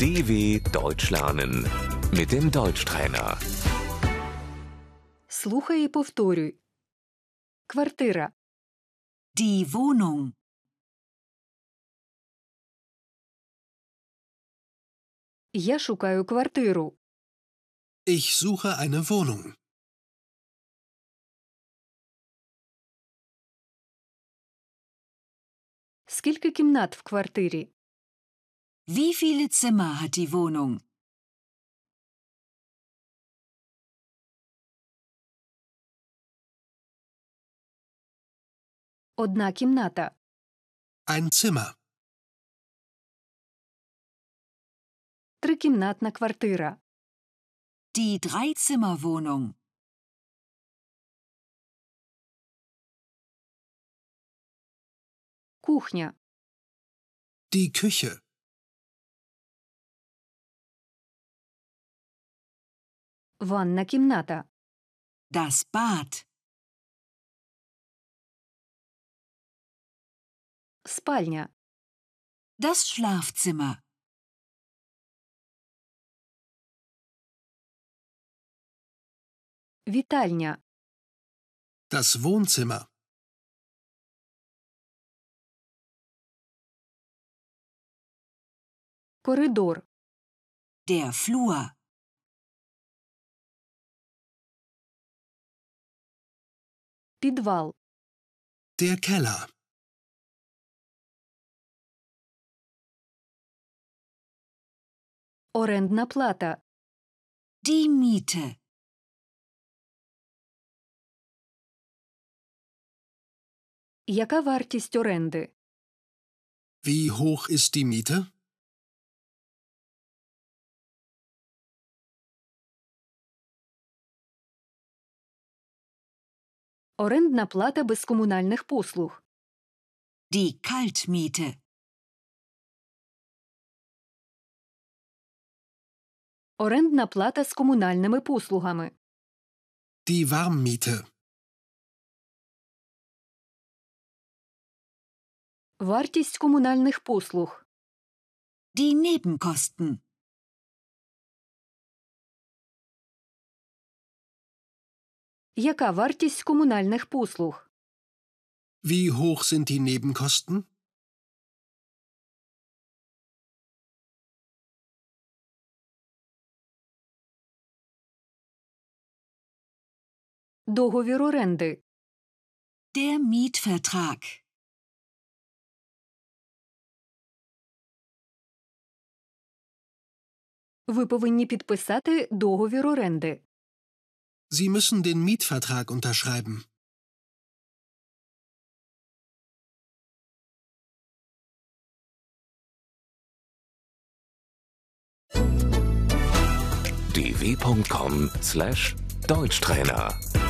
DW Deutsch lernen mit dem Deutschtrainer. Слухай і повторюй. Квартира, Die Wohnung, я шукаю квартиру, Ich suche eine Wohnung. скільки кімнат в квартирі, wie viele Zimmer hat die Wohnung? одна кімната, Ein Zimmer. трикімнатна квартира, Die Dreizimmerwohnung, кухня, Die Küche. ванна кімната, das Bad, спальня, das Schlafzimmer, вітальня, Das Wohnzimmer. коридор, der Flur, підвал, Der Keller. орендна плата, die Miete, яка вартість оренди, Wie hoch ist die Miete? орендна плата без комунальних послуг, die Kaltmiete, орендна плата з комунальними послугами, Die Warmmiete. вартість комунальних послуг, die Nebenkosten, яка вартість комунальних послуг, Wie hoch sind die Nebenkosten? договір оренди. der Mietvertrag, Ви повинні підписати договір оренди. Sie müssen den Mietvertrag unterschreiben. dw.com/deutschtrainer